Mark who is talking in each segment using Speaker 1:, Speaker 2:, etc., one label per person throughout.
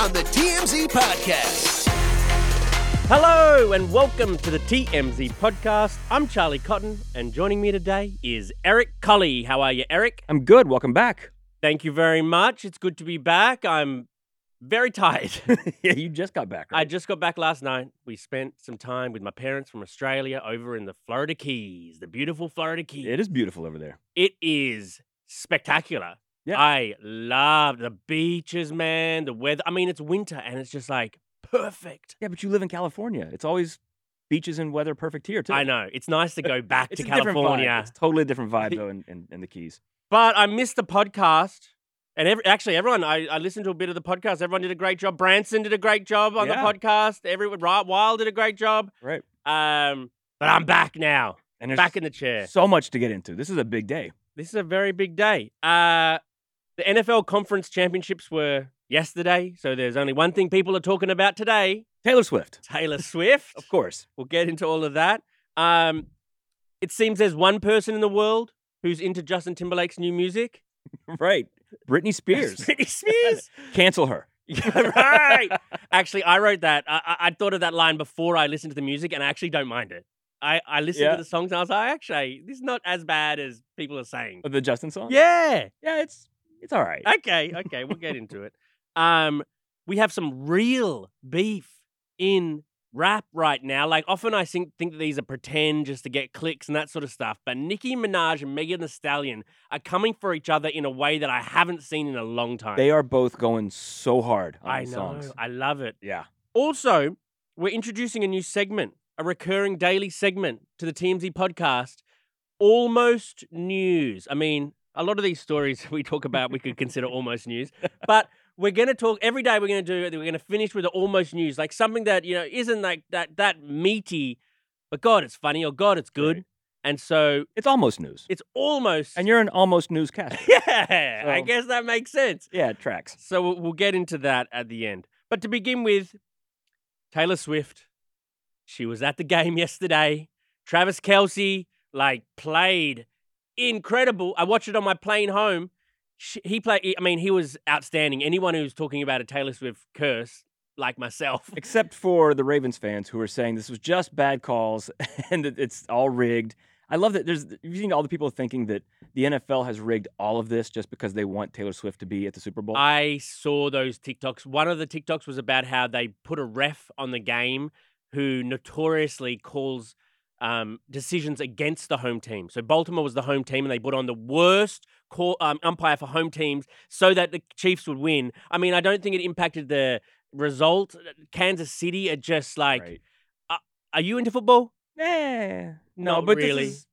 Speaker 1: on the TMZ Podcast.
Speaker 2: Hello and welcome to the TMZ podcast. I'm Charlie Cotton, and joining me today is Eric Colley. How are you, Eric?
Speaker 3: I'm good. Welcome back.
Speaker 2: Thank you very much. It's good to be back. I'm very tired.
Speaker 3: yeah, you just got back.
Speaker 2: I just got back last night. We spent some time with my parents from Australia over in the Florida Keys, the beautiful Florida Keys.
Speaker 3: it is beautiful over there.
Speaker 2: It is spectacular.
Speaker 3: Yeah.
Speaker 2: I love the beaches, man, the weather. I mean, it's winter and it's just like perfect.
Speaker 3: Yeah, but you live in California. It's always beaches and weather perfect here too.
Speaker 2: I know. It's nice to go back
Speaker 3: It's
Speaker 2: to
Speaker 3: a different vibe.
Speaker 2: California.
Speaker 3: It's totally a different vibe though, in, in, in the Keys.
Speaker 2: But I missed the podcast. And every, actually, everyone, I, I listened to a bit of the podcast. Everyone did a great job. Branson did a great job on
Speaker 3: Yeah.
Speaker 2: the podcast. Everyone, right, Wild did a great job.
Speaker 3: Right.
Speaker 2: Um, but I'm back now,
Speaker 3: And there's
Speaker 2: back in the chair.
Speaker 3: so much to get into. This is a big day.
Speaker 2: This is a very big day. Uh, the NFL conference championships were yesterday. So there's only one thing people are talking about today
Speaker 3: Taylor Swift,
Speaker 2: Taylor Swift.
Speaker 3: of course.
Speaker 2: We'll get into all of that. Um, it seems there's one person in the world who's into Justin Timberlake's new music.
Speaker 3: right. Britney Spears.
Speaker 2: Britney Spears.
Speaker 3: Cancel her.
Speaker 2: Yeah, right. actually, I wrote that. I, I, I thought of that line before I listened to the music, and I actually don't mind it. I, I listened
Speaker 3: Yeah.
Speaker 2: to the songs, and I was like, actually, this is not as bad as people are saying.
Speaker 3: The Justin song.
Speaker 2: Yeah.
Speaker 3: Yeah. It's it's all right.
Speaker 2: Okay. Okay. We'll get into it. Um, we have some real beef in rap right now. Like often, I think think that these are pretend just to get clicks and that sort of stuff. But Nicki Minaj and Megan The Stallion are coming for each other in a way that I haven't seen in a long time.
Speaker 3: they are both going so hard on
Speaker 2: I know.
Speaker 3: these songs.
Speaker 2: I love it.
Speaker 3: Yeah.
Speaker 2: Also, we're introducing a new segment, a recurring daily segment to the TMZ podcast, Almost News. I mean, a lot of these stories we talk about, we could consider almost news, but we're going to talk every day. We're going to do, we're going to finish with the almost news, like something that, you know, isn't like that, that meaty, but God, it's funny or God, it's good.
Speaker 3: Right.
Speaker 2: And so
Speaker 3: It's almost news.
Speaker 2: it's almost.
Speaker 3: and you're an almost newscaster.
Speaker 2: yeah, I
Speaker 3: So-
Speaker 2: guess that makes sense.
Speaker 3: yeah, it tracks.
Speaker 2: So we'll, we'll get into that at the end. But to begin with, Taylor Swift, she was at the game yesterday. Travis Kelsey, like, played incredible. I watched it on my plane home. She, he played, I mean, he was outstanding. Anyone who's talking about a Taylor Swift curse, like myself,
Speaker 3: except for the Ravens fans who are saying this was just bad calls and that it's all rigged. I love that there's you've seen all the people thinking that the NFL has rigged all of this just because they want Taylor Swift to be at the Super Bowl.
Speaker 2: I saw those TikToks. One of the TikToks was about how they put a ref on the game who notoriously calls um, decisions against the home team. So Baltimore was the home team, and they put on the worst call, um, umpire for home teams so that the Chiefs would win. I mean, I don't think it impacted the result. Kansas City are just like,
Speaker 3: Right.
Speaker 2: are you into football?
Speaker 3: Eh, no,
Speaker 2: Not
Speaker 3: but
Speaker 2: really.
Speaker 3: this is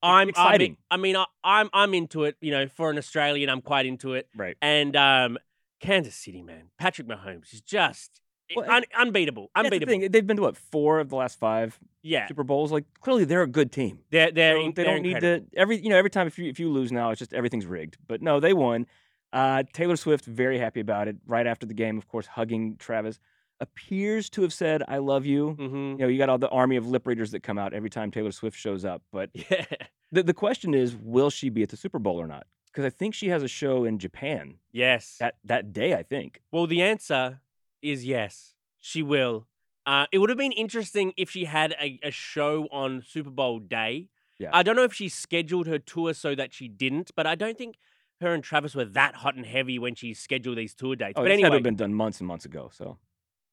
Speaker 2: I'm
Speaker 3: exciting.
Speaker 2: I'm, I mean, I, I'm I'm into it. You know, for an Australian, I'm quite into it.
Speaker 3: right.
Speaker 2: And um, Kansas City, man, Patrick Mahomes is just
Speaker 3: Well,
Speaker 2: un- unbeatable,
Speaker 3: That's the
Speaker 2: unbeatable.
Speaker 3: thing. They've been to what four of the last five
Speaker 2: yeah,
Speaker 3: Super Bowls. Like clearly they're a good team.
Speaker 2: they're they're,
Speaker 3: So
Speaker 2: in-
Speaker 3: they
Speaker 2: they're
Speaker 3: don't need
Speaker 2: incredible.
Speaker 3: to every you know every time if you if you lose now it's just everything's rigged. But no, they won. Uh, Taylor Swift very happy about it. Right after the game, of course, hugging Travis appears to have said "I love you."
Speaker 2: Mhm.
Speaker 3: You know, you got all the army of lip readers that come out every time Taylor Swift shows up. But
Speaker 2: Yeah,
Speaker 3: the, the question is, will she be at the Super Bowl or not? Because I think she has a show in Japan
Speaker 2: yes.
Speaker 3: that, that day, I think.
Speaker 2: well, the answer is yes. She will. Uh, it would have been interesting if she had a, a show on Super Bowl day.
Speaker 3: Yeah.
Speaker 2: I don't know if she scheduled her tour so that she didn't, but I don't think her and Travis were that hot and heavy when she scheduled these tour dates.
Speaker 3: Oh,
Speaker 2: but
Speaker 3: this had to
Speaker 2: anyway,
Speaker 3: have been done months and months ago. So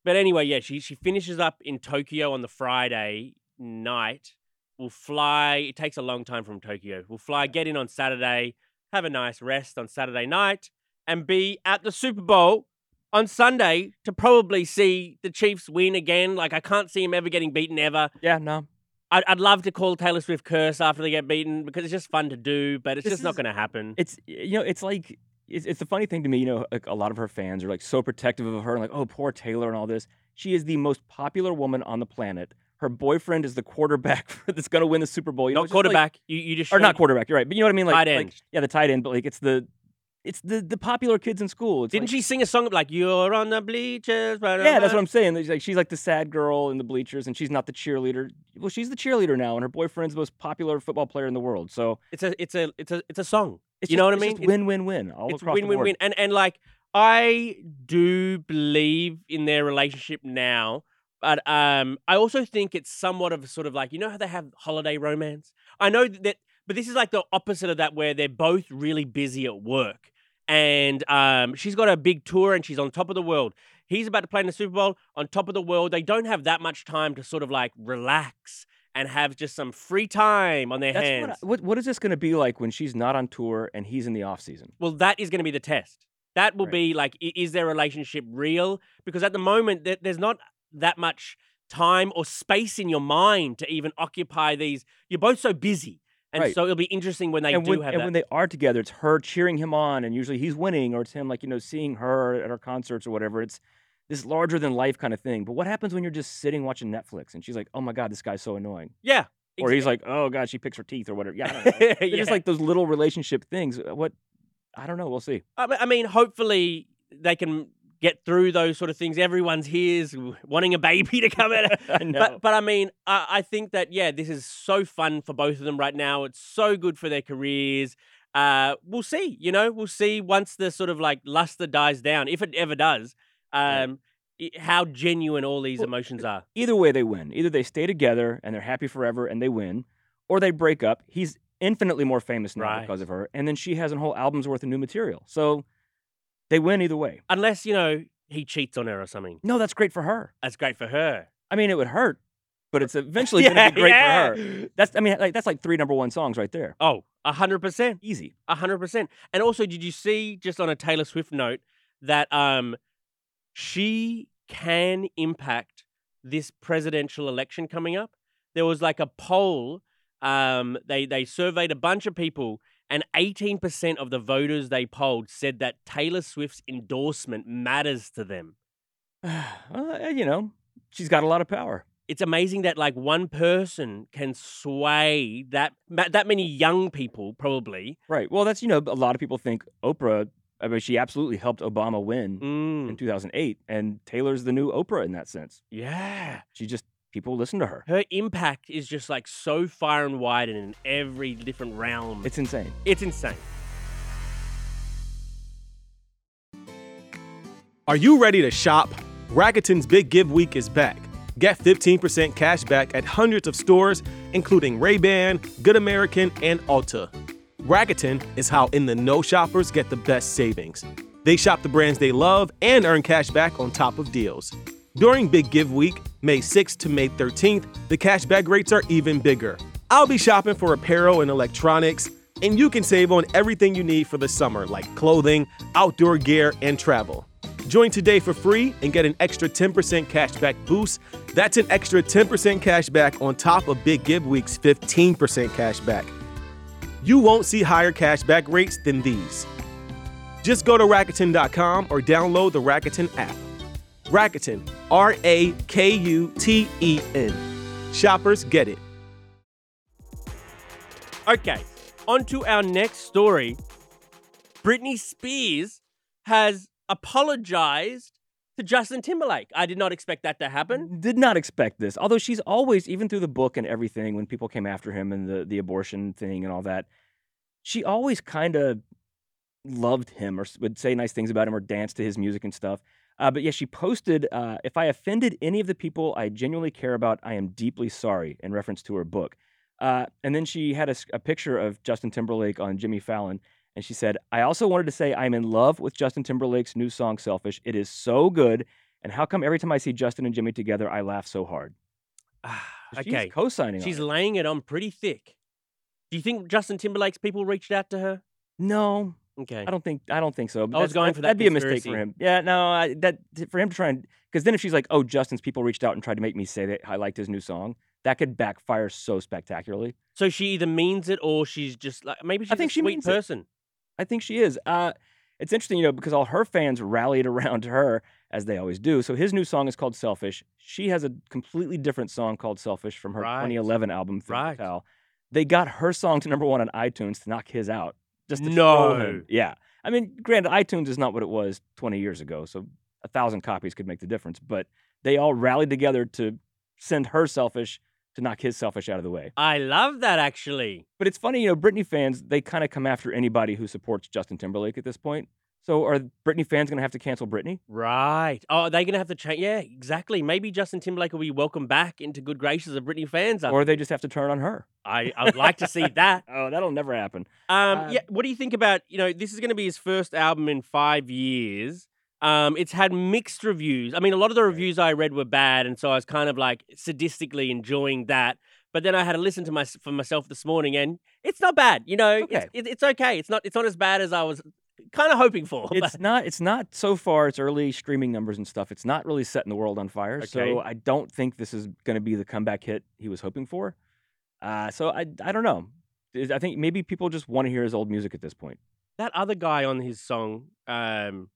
Speaker 2: But anyway, yeah, she she finishes up in Tokyo on the Friday night. We'll fly. It takes a long time from Tokyo. We'll fly, get in on Saturday, have a nice rest on Saturday night, and be at the Super Bowl on Sunday to probably see the Chiefs win again. Like I can't see him ever getting beaten ever.
Speaker 3: yeah, no,
Speaker 2: I'd, I'd love to call Taylor Swift curse after they get beaten because it's just fun to do, but it's
Speaker 3: This
Speaker 2: just not
Speaker 3: is-
Speaker 2: going to happen.
Speaker 3: it's you know it's like it's, it's the funny thing to me, you know, like a lot of her fans are like so protective of her and like, oh, poor Taylor and all this. She is the most popular woman on the planet. Her boyfriend is the quarterback that's going to win the Super Bowl. You know,
Speaker 2: Not
Speaker 3: it's just, like-
Speaker 2: quarterback. you, you just
Speaker 3: or not
Speaker 2: showed-
Speaker 3: quarterback. You're right, but you know what I mean. Like,
Speaker 2: Tight
Speaker 3: like-
Speaker 2: end.
Speaker 3: yeah, the tight end. But like, it's the it's the the popular kids in school. It's
Speaker 2: Didn't
Speaker 3: like-
Speaker 2: she sing a song like "You're on the bleachers"?
Speaker 3: Yeah, that's what I'm saying. She's like she's like the sad girl in the bleachers, and she's not the cheerleader. Well, she's the cheerleader now, and her boyfriend's the most popular football player in the world. So
Speaker 2: It's a it's a it's a it's a song.
Speaker 3: it's
Speaker 2: You
Speaker 3: just-
Speaker 2: know what I
Speaker 3: it's just
Speaker 2: mean? It-
Speaker 3: Win win win. All
Speaker 2: it's
Speaker 3: across
Speaker 2: win
Speaker 3: the
Speaker 2: win
Speaker 3: board.
Speaker 2: win. And and like I do believe in their relationship now, but um I also think it's somewhat of a sort of like you know how they have holiday romance. I know that, but this is like the opposite of that where they're both really busy at work, and um she's got a big tour and she's on top of the world. He's about to play in the Super Bowl on top of the world. They don't have that much time to sort of like relax and have just some free time on their
Speaker 3: That's
Speaker 2: hands.
Speaker 3: what, I- what what is this going to be like when she's not on tour and he's in the off season?
Speaker 2: Well, that is going to be the test. That will
Speaker 3: Right.
Speaker 2: be like, i- is their relationship real? Because at the moment, there- there's not that much time or space in your mind to even occupy these. You're both so busy. And
Speaker 3: Right.
Speaker 2: so it'll be interesting when they
Speaker 3: and
Speaker 2: do
Speaker 3: when,
Speaker 2: have
Speaker 3: and
Speaker 2: that.
Speaker 3: when they are together, it's her cheering him on, and usually he's winning, or it's him like you know seeing her at her concerts or whatever. It's this larger than life kind of thing. But what happens when you're just sitting watching Netflix and she's like, "Oh my god, this guy's so annoying,"
Speaker 2: yeah.
Speaker 3: or he's like, "Oh god, she picks her teeth" or whatever. Yeah, I don't know.
Speaker 2: exactly.
Speaker 3: They're just
Speaker 2: Yeah.
Speaker 3: like those little relationship things. What I don't know. We'll see.
Speaker 2: I me- I mean, hopefully they can get through those sort of things. Everyone's here's w- wanting a baby to come out.
Speaker 3: I know.
Speaker 2: But but I mean, I, I think that yeah, this is so fun for both of them right now. It's so good for their careers. Uh, we'll see. You know, we'll see once the sort of like luster dies down, if it ever does.
Speaker 3: Right.
Speaker 2: Um, i- how genuine all these
Speaker 3: Well,
Speaker 2: emotions are.
Speaker 3: Either way, they win. Either they stay together and they're happy forever and they win, or they break up. He's infinitely more famous now
Speaker 2: Right.
Speaker 3: because of her, and then she has a whole album's worth of new material. So they win either way.
Speaker 2: Unless you know he cheats on her or something.
Speaker 3: No, that's great for her.
Speaker 2: That's great for her.
Speaker 3: I mean, it would hurt, but it's eventually going to be great for her. That's I mean, like that's like three number one songs right there.
Speaker 2: Oh, a hundred percent.
Speaker 3: Easy.
Speaker 2: A hundred percent. And also, did you see just on a Taylor Swift note that um she can impact this presidential election coming up? There was like a poll. Um, they they surveyed a bunch of people, and eighteen percent of the voters they polled said that Taylor Swift's endorsement matters to them.
Speaker 3: Uh, you know, she's got a lot of power.
Speaker 2: It's amazing that like one person can sway that ma- that many young people probably.
Speaker 3: Right. Well, that's you know, a lot of people think Oprah. I mean, she absolutely helped Obama win
Speaker 2: Mm,
Speaker 3: in 2008, and Taylor's the new Oprah in that sense.
Speaker 2: yeah.
Speaker 3: She just people listen to her.
Speaker 2: her impact is just like so far and wide and in every different realm. It's,
Speaker 3: It's insane.
Speaker 2: it's insane.
Speaker 4: Are you ready to shop? Rakuten's Big Give Week is back. Get 15% cash back at hundreds of stores, including Ray-Ban, Good American, and Ulta. Rakuten is how in the know shoppers get the best savings. They shop the brands they love and earn cash back on top of deals. During Big Give Week, May 6th to May 13th, the cashback rates are even bigger. I'll be shopping for apparel and electronics, and you can save on everything you need for the summer, like clothing, outdoor gear, and travel. Join today for free and get an extra 10% cashback boost. That's an extra 10% cashback on top of Big Give Week's 15% cashback. You won't see higher cashback rates than these. Just go to Rakuten.com or download the Rakuten app. Rakuten, R A K U T E N. Shoppers get it.
Speaker 2: Okay, on to our next story. Britney Spears has apologized to Justin Timberlake. I did not expect that to happen.
Speaker 3: Did not expect this. Although she's always, even through the book and everything, when people came after him and the the abortion thing and all that, she always kind of loved him or s- would say nice things about him or dance to his music and stuff. Uh, but yeah, she posted, uh, "If I offended any of the people I genuinely care about, I am deeply sorry." In reference to her book, uh, and then she had a, s- a picture of Justin Timberlake on Jimmy Fallon, and she said, "I also wanted to say I'm in love with Justin Timberlake's new song Selfish. It is so good, and how come every time I see Justin and Jimmy together, I laugh so hard?"
Speaker 2: okay,
Speaker 3: she's co-signing.
Speaker 2: she's
Speaker 3: on it.
Speaker 2: laying it on pretty thick. Do you think Justin Timberlake's people reached out to her?
Speaker 3: no,
Speaker 2: Okay.
Speaker 3: I don't think I don't think so. but
Speaker 2: I was
Speaker 3: that's-
Speaker 2: going
Speaker 3: that-
Speaker 2: for that
Speaker 3: That'd be a mistake for
Speaker 2: conspiracy.
Speaker 3: him. Yeah, no, I, that for him to try and because then if she's like, "Oh, Justin's people reached out and tried to make me say that I liked his new song," that could backfire so spectacularly.
Speaker 2: So she either means it or she's just like maybe she's
Speaker 3: think
Speaker 2: a
Speaker 3: she
Speaker 2: sweet
Speaker 3: means it.
Speaker 2: person.
Speaker 3: I think she is. Uh, it's interesting, you know, because all her fans rallied around her as they always do. So his new song is called Selfish. She has a completely different song called Selfish from her
Speaker 2: Right.
Speaker 3: 2011 album, Think
Speaker 2: Right.
Speaker 3: Patel. They got her song to number one on iTunes to knock his out. Just to troll
Speaker 2: No.
Speaker 3: him. Yeah. I mean, granted, iTunes is not what it was 20 years ago. So a thousand copies could make the difference. But they all rallied together to send her Selfish to knock his Selfish out of the way.
Speaker 2: I love that actually.
Speaker 3: But it's funny, you know, Britney fans, they kind of come after anybody who supports Justin Timberlake at this point. So are Britney fans going to have to cancel Britney?
Speaker 2: Right. Oh, are they going to have to change? Yeah, exactly. Maybe Justin Timberlake will be welcomed back into good graces of Britney fans. I-
Speaker 3: Or they just have to turn on her?
Speaker 2: I, I would like to see that.
Speaker 3: Oh, that'll never happen.
Speaker 2: Um,
Speaker 3: Um,
Speaker 2: yeah. What do you think about you know this is going to be his first album in five years. Um, it's had mixed reviews. I mean, a lot of the
Speaker 3: Right.
Speaker 2: reviews I read were bad, and so I was kind of like sadistically enjoying that. But then I had to listen to my for myself this morning, and it's not bad. You know,
Speaker 3: It's okay.
Speaker 2: It's, it, it's okay. It's not it's not as bad as I was kind of hoping for. but-
Speaker 3: It's not it's not so far its early streaming numbers and stuff. It's not really setting the world on fire.
Speaker 2: Okay.
Speaker 3: So I don't think this is going to be the comeback hit he was hoping for. Uh, so I I don't know. Is- I think maybe people just want to hear his old music at this point.
Speaker 2: that other guy on his song. Um,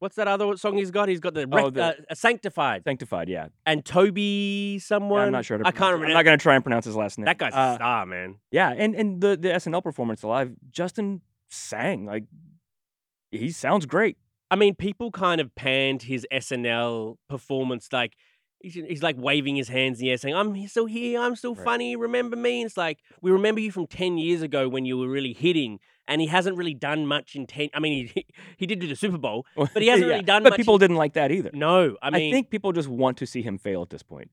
Speaker 2: what's that other song he's got? He's got the, rec-
Speaker 3: Oh, the-
Speaker 2: uh, sanctified
Speaker 3: Sanctified, yeah.
Speaker 2: and Toby someone.
Speaker 3: I'm not sure. how to
Speaker 2: I can't
Speaker 3: pronounce it.
Speaker 2: remember.
Speaker 3: I'm not going to try and pronounce his last name.
Speaker 2: that guy's
Speaker 3: Uh,
Speaker 2: a star, man.
Speaker 3: Yeah, and and the the SNL performance live, Justin sang like he sounds great.
Speaker 2: I mean, people kind of panned his SNL performance. Like, he's, he's like waving his hands in the air, saying, "I'm he- still here. I'm still
Speaker 3: Right.
Speaker 2: funny. Remember me?" And it's like we remember you from ten years ago when you were really hitting, and he hasn't really done much in ten. I mean, he he did do the Super Bowl.
Speaker 3: But
Speaker 2: he hasn't really done
Speaker 3: But
Speaker 2: much-
Speaker 3: people didn't like that either.
Speaker 2: No, I
Speaker 3: I,
Speaker 2: mean,
Speaker 3: think people just want to see him fail at this point.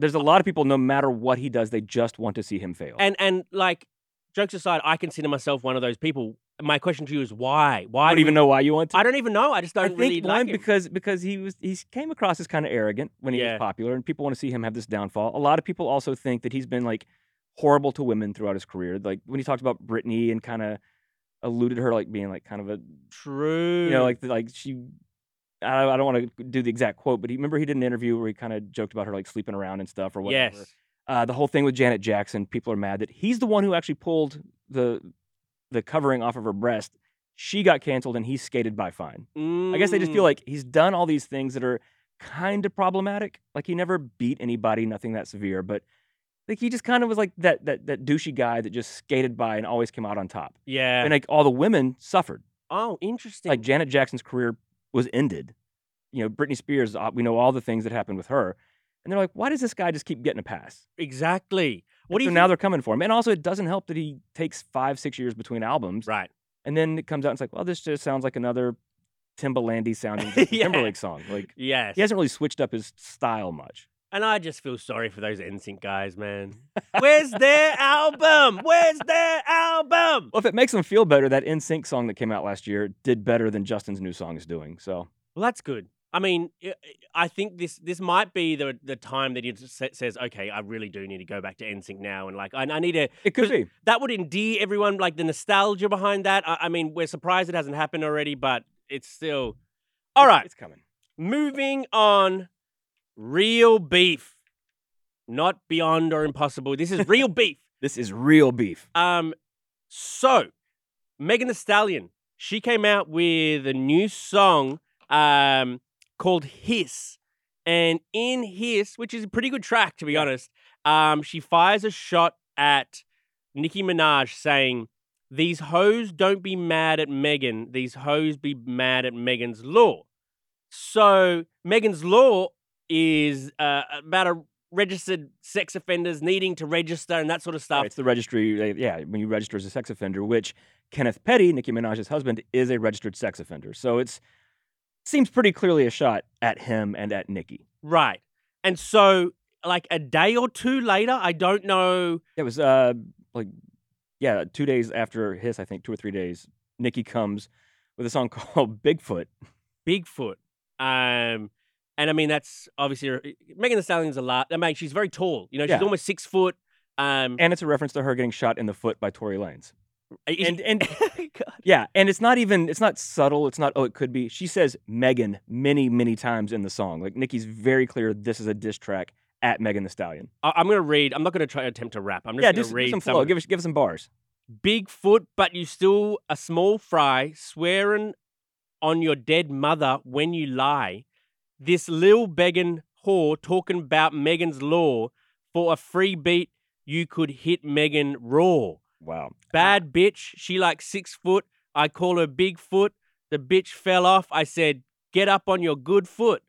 Speaker 3: There's a lot of people, no matter what he does, they just want to see him fail.
Speaker 2: and and like jokes aside, I consider myself one of those people. My question to you is why? Why
Speaker 3: I don't
Speaker 2: do
Speaker 3: even
Speaker 2: we-
Speaker 3: know why you want to.
Speaker 2: I don't even know. I just don't
Speaker 3: I think
Speaker 2: really
Speaker 3: one
Speaker 2: like him.
Speaker 3: because because he was he came across as kind of arrogant when he
Speaker 2: Yeah.
Speaker 3: was popular, and people want to see him have this downfall. A lot of people also think that he's been like horrible to women throughout his career. Like when he talked about Britney and kind of alluded to her like being like kind of a
Speaker 2: True.
Speaker 3: you know, like like she. I, I don't want to do the exact quote, but he, remember he did an interview where he kind of joked about her like sleeping around and stuff or whatever.
Speaker 2: yes.
Speaker 3: Uh, the whole thing with Janet Jackson, people are mad that he's the one who actually pulled the the covering off of her breast. She got canceled and he skated by fine. I guess they just feel
Speaker 2: Mm.
Speaker 3: like he's done all these things that are kind of problematic. Like he never beat anybody, nothing that severe, but like he just kind of was like that that that douchey guy that just skated by and always came out on top.
Speaker 2: yeah.
Speaker 3: And like all the women suffered
Speaker 2: oh, interesting.
Speaker 3: like Janet Jackson's career was ended. You know, Britney Spears, uh, we know all the things that happened with her. And they're like, why does this guy just keep getting a pass?
Speaker 2: exactly. What
Speaker 3: And
Speaker 2: do you
Speaker 3: so
Speaker 2: think-
Speaker 3: now they're coming for him. And also, it doesn't help that he takes five, six years between albums.
Speaker 2: Right.
Speaker 3: And then it comes out and it's like, well, this just sounds like another Timbalandy sounding Justin
Speaker 2: Yeah.
Speaker 3: Timberlake song. Like,
Speaker 2: Yes.
Speaker 3: he hasn't really switched up his style much.
Speaker 2: And I just feel sorry for those NSYNC guys, man. Where's their album? Where's their album?
Speaker 3: Well, if it makes him feel better, that NSYNC song that came out last year did better than Justin's new song is doing. So,
Speaker 2: Well, that's good. I mean, I- I think this this might be the the time that he just sa- says, "Okay, I really do need to go back to NSYNC now," and like, I, I need to.
Speaker 3: it could
Speaker 2: 'Cause-
Speaker 3: be.
Speaker 2: That would endear everyone, like the nostalgia behind that. I, I mean, we're surprised it hasn't happened already, but it's still. All right,
Speaker 3: It's coming.
Speaker 2: moving on. Real beef, not beyond or impossible. This is real beef.
Speaker 3: This is real beef.
Speaker 2: Um, so Megan Thee Stallion, she came out with a new song um called Hiss, and in Hiss, which is a pretty good track to be honest, um, she fires a shot at Nicki Minaj saying. These hoes don't be mad at Megan. These hoes be mad at Megan's Law. So Megan's Law is uh, about a registered sex offenders needing to register and that sort of stuff.
Speaker 3: Right, it's the registry. they- Yeah, when you register as a sex offender, which Kenneth Petty, Nicki Minaj's husband, is a registered sex offender. So it's seems pretty clearly a shot at him and at Nicki.
Speaker 2: Right. And so, like a day or two later, I don't know.
Speaker 3: It was uh like yeah, two days after his, I think two or three days, Nicki comes with a song called Bigfoot.
Speaker 2: Bigfoot. Um, and I mean, that's obviously uh, Megan Thee Stallion's a lot. I mean, she's very tall. You know, she's
Speaker 3: Yeah.
Speaker 2: almost six foot. Um,
Speaker 3: And it's a reference to her getting shot in the foot by Tory Lanez.
Speaker 2: is- Oh
Speaker 3: and- and-
Speaker 2: God.
Speaker 3: Yeah, and it's not even it's not subtle. It's not oh it could be. She says Megan many many times in the song. Like Nicki's very clear. This is a diss track at Megan the Stallion.
Speaker 2: I- I'm gonna read. I'm not gonna try to attempt to rap. I'm just
Speaker 3: yeah,
Speaker 2: gonna
Speaker 3: do, s- do
Speaker 2: read
Speaker 3: some
Speaker 2: some
Speaker 3: flow.
Speaker 2: of
Speaker 3: Give us give us some bars.
Speaker 2: Bigfoot, but you still a small fry, swearing on your dead mother when you lie. This lil begging whore talking about Megan's law for a free beat, you could hit Megan raw.
Speaker 3: Wow.
Speaker 2: Bad bitch. She like six foot. I call her big foot. The bitch fell off. I said, get up on your good foot.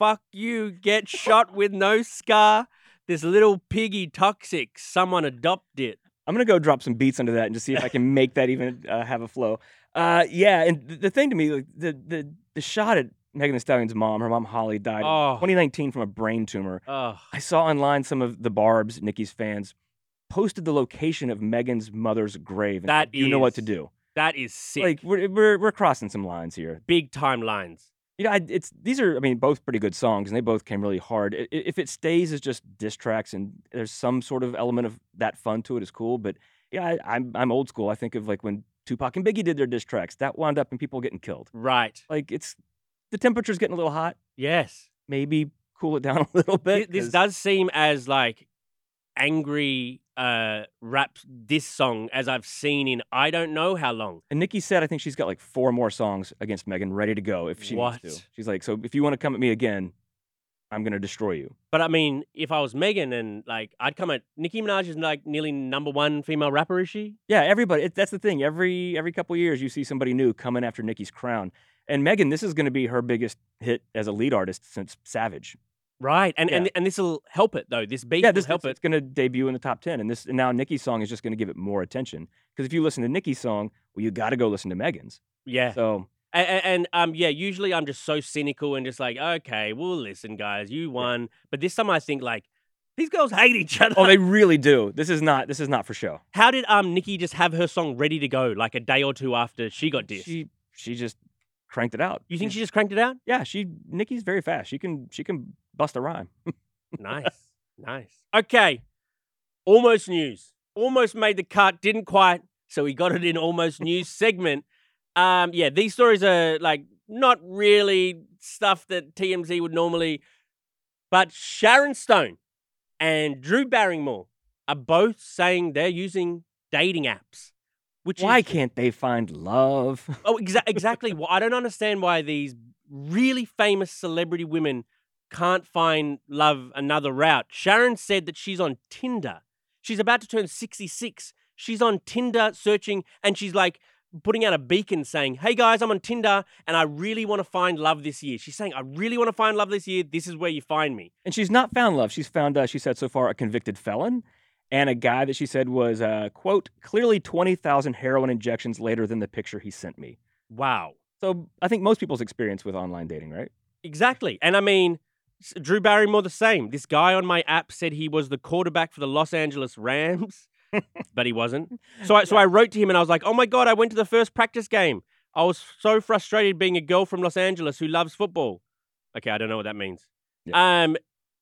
Speaker 2: Fuck you. Get shot with no scar. This little piggy toxic. Someone adopt it.
Speaker 3: I'm gonna go drop some beats under that and just see if I can make that even uh, have a flow. Uh, yeah, and th- the thing to me, like the the the shot at Megan Thee Stallion's mom, her mom Holly died
Speaker 2: Oh.
Speaker 3: in 2019 from a brain tumor.
Speaker 2: Oh,
Speaker 3: I saw online some of the Barb's Nikki's fans posted the location of Megan's mother's grave. and
Speaker 2: That
Speaker 3: said, you know what to
Speaker 2: is
Speaker 3: do.
Speaker 2: that is sick.
Speaker 3: Like we're, we're we're crossing some lines here.
Speaker 2: Big time lines.
Speaker 3: you know, I, it's these are, I mean, both pretty good songs, and they both came really hard. I- i- If it stays as just diss tracks, and there's some sort of element of that fun to it, is cool. But yeah, I, I'm I'm old school. I think of like when Tupac and Biggie did their diss tracks, that wound up in people getting killed.
Speaker 2: Right.
Speaker 3: Like it's the temperature's getting a little hot.
Speaker 2: Yes.
Speaker 3: Maybe cool it down a little
Speaker 2: Thi-
Speaker 3: bit.
Speaker 2: this
Speaker 3: 'cause-
Speaker 2: does seem as like angry uh rap this song as I've seen in I don't know how long.
Speaker 3: And Nikki said, I think she's got like four more songs against Megan ready to go if she
Speaker 2: What?
Speaker 3: needs to. She's like, so if you want to come at me again, I'm gonna destroy you.
Speaker 2: But I mean, if I was Megan and like I'd come at Nicki Minaj is like nearly number one female rapper, is she?
Speaker 3: Yeah, everybody. It, that's the thing. Every every couple years, you see somebody new coming after Nikki's crown. And Megan, this is going to be her biggest hit as a lead artist since Savage.
Speaker 2: Right. And and and this'll help it though. This beat
Speaker 3: yeah,
Speaker 2: will
Speaker 3: this
Speaker 2: help
Speaker 3: it's going to debut in the top ten, and this and now Nikki's song is just going to give it more attention because if you listen to Nikki's song, well, you got to go listen to Megan's.
Speaker 2: it. Yeah.
Speaker 3: So
Speaker 2: A- a- and, um yeah, usually I'm just so cynical and just like, okay, well listen guys, you won. But this time I think like these girls hate each other.
Speaker 3: oh, they really do. This is not this is not for show.
Speaker 2: How did um Nikki just have her song ready to go like a day or two after she got dissed?
Speaker 3: She she just cranked it out.
Speaker 2: you think
Speaker 3: She's-
Speaker 2: she just cranked it out?
Speaker 3: Yeah, she Nikki's very fast. She can she can bust a rhyme.
Speaker 2: nice. Nice. Okay. Almost news. Almost made the cut, didn't quite. So we got it in almost news segment. Um, yeah, these stories are like not really stuff that TMZ would normally, but Sharon Stone and Drew Barrymore are both saying they're using dating apps. Which
Speaker 3: Why
Speaker 2: is,
Speaker 3: can't they find love?
Speaker 2: Oh, exa- exactly. well, I don't understand why these really famous celebrity women can't find love another route. Sharon said that she's on Tinder. She's about to turn 66. She's on Tinder searching and she's like putting out a beacon saying, Hey guys, I'm on Tinder and I really want to find love this year. She's saying, I really want to find love this year. This is where you find me.
Speaker 3: And she's not found love. She's found, uh, she said so far, a convicted felon and a guy that she said was, uh, quote, clearly 20,000 heroin injections later than the picture he sent me.
Speaker 2: Wow.
Speaker 3: So I think most people's experience with online dating, right?
Speaker 2: Exactly. And I mean, s- Drew Barrymore, the same. This guy on my app said he was the quarterback for the Los Angeles Rams, but he wasn't. So I, so I wrote to him and I was like, oh my God, I went to the first practice game. I was so frustrated being a girl from Los Angeles who loves football. Okay, I don't know what that means. Um,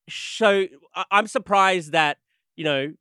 Speaker 2: so I- I'm surprised that, you know,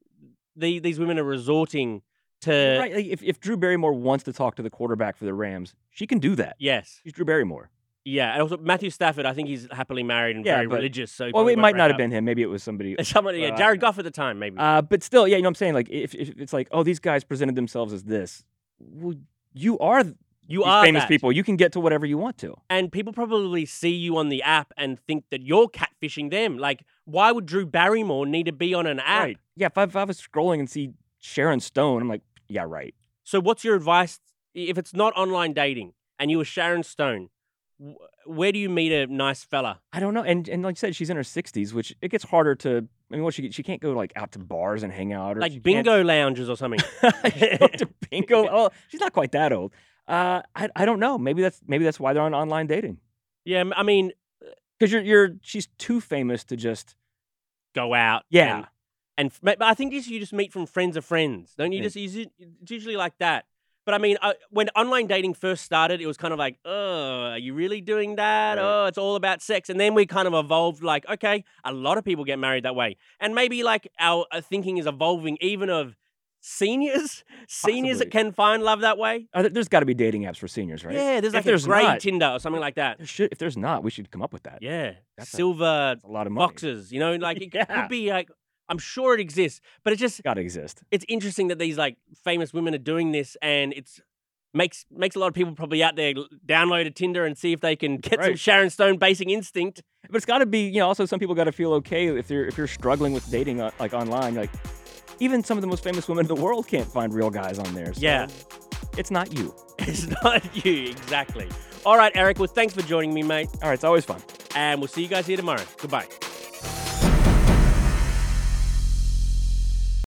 Speaker 2: the, these women are resorting to.
Speaker 3: right. Like if, if Drew Barrymore wants to talk to the quarterback for the Rams, she can do that.
Speaker 2: Yes.
Speaker 3: She's Drew Barrymore.
Speaker 2: Yeah. And also, Matthew Stafford, I think he's happily married and
Speaker 3: Yeah,
Speaker 2: very
Speaker 3: but-
Speaker 2: religious. So he
Speaker 3: Well,
Speaker 2: probably
Speaker 3: it
Speaker 2: won't
Speaker 3: might
Speaker 2: break
Speaker 3: not have
Speaker 2: up.
Speaker 3: been him. Maybe it was somebody.
Speaker 2: Somebody, yeah,
Speaker 3: Well, I
Speaker 2: Jared
Speaker 3: don't know.
Speaker 2: Goff at the time, maybe.
Speaker 3: Uh, but still, yeah, you know what I'm saying? Like, if, if it's like, oh, these guys presented themselves as this, well, you are th-
Speaker 2: you
Speaker 3: these
Speaker 2: are
Speaker 3: famous
Speaker 2: that.
Speaker 3: people. You can get to whatever you want to.
Speaker 2: and people probably see you on the app and think that you're catfishing them. Like, why would Drew Barrymore need to be on an app?
Speaker 3: Right. Yeah, if I, if I was scrolling and see Sharon Stone, I'm like, yeah, right.
Speaker 2: So, what's your advice if it's not online dating and you were Sharon Stone? wh- Where do you meet a nice fella?
Speaker 3: I don't know. And and like you said, she's in her 60s, which it gets harder to. I mean, what she she can't go like out to bars and hang out or she
Speaker 2: Like
Speaker 3: can't-
Speaker 2: bingo lounges or something.
Speaker 3: She can't go to bingo. Oh, she's not quite that old. Uh, I I don't know. Maybe that's maybe that's why they're on online dating.
Speaker 2: yeah, m- I mean,
Speaker 3: Because you're you're she's too famous to just
Speaker 2: go out.
Speaker 3: Yeah.
Speaker 2: And, and f- but I think just, you just meet from friends of friends. Don't you
Speaker 3: Yeah.
Speaker 2: just, is it- it's usually like that. But I mean, I, when online dating first started, it was kind of like, oh, are you really doing that?
Speaker 3: Right.
Speaker 2: Oh, it's all about sex. And then we kind of evolved like, okay, a lot of people get married that way. And maybe like our uh, thinking is evolving even of seniors, seniors that
Speaker 3: Possibly.
Speaker 2: can find love that way.
Speaker 3: uh, there- there's got to be dating apps for seniors, right?
Speaker 2: Yeah, there's
Speaker 3: If
Speaker 2: like
Speaker 3: there's
Speaker 2: a grey
Speaker 3: not-
Speaker 2: Tinder or something like that.
Speaker 3: There should, if there's not, we should come up with that.
Speaker 2: Yeah.
Speaker 3: That's a-
Speaker 2: Silver
Speaker 3: That's a lot of money.
Speaker 2: boxes, you know, like it
Speaker 3: Yeah.
Speaker 2: could be like, I'm sure it exists, but it just,
Speaker 3: Got to exist.
Speaker 2: it's interesting that these like famous women are doing this and it's Makes makes a lot of people probably out there l- download a Tinder and see if they can get some
Speaker 3: Right.
Speaker 2: Sharon Stone basing instinct.
Speaker 3: But it's got to be, you know, also some people got to feel okay if they're if you're struggling with dating uh, like online, like even some of the most famous women in the world can't find real guys on there. So
Speaker 2: Yeah.
Speaker 3: it's not you.
Speaker 2: It's not you, exactly. All right, Eric. Well, thanks for joining me, mate.
Speaker 3: All right, it's always fun.
Speaker 2: And we'll see you guys here tomorrow. Goodbye.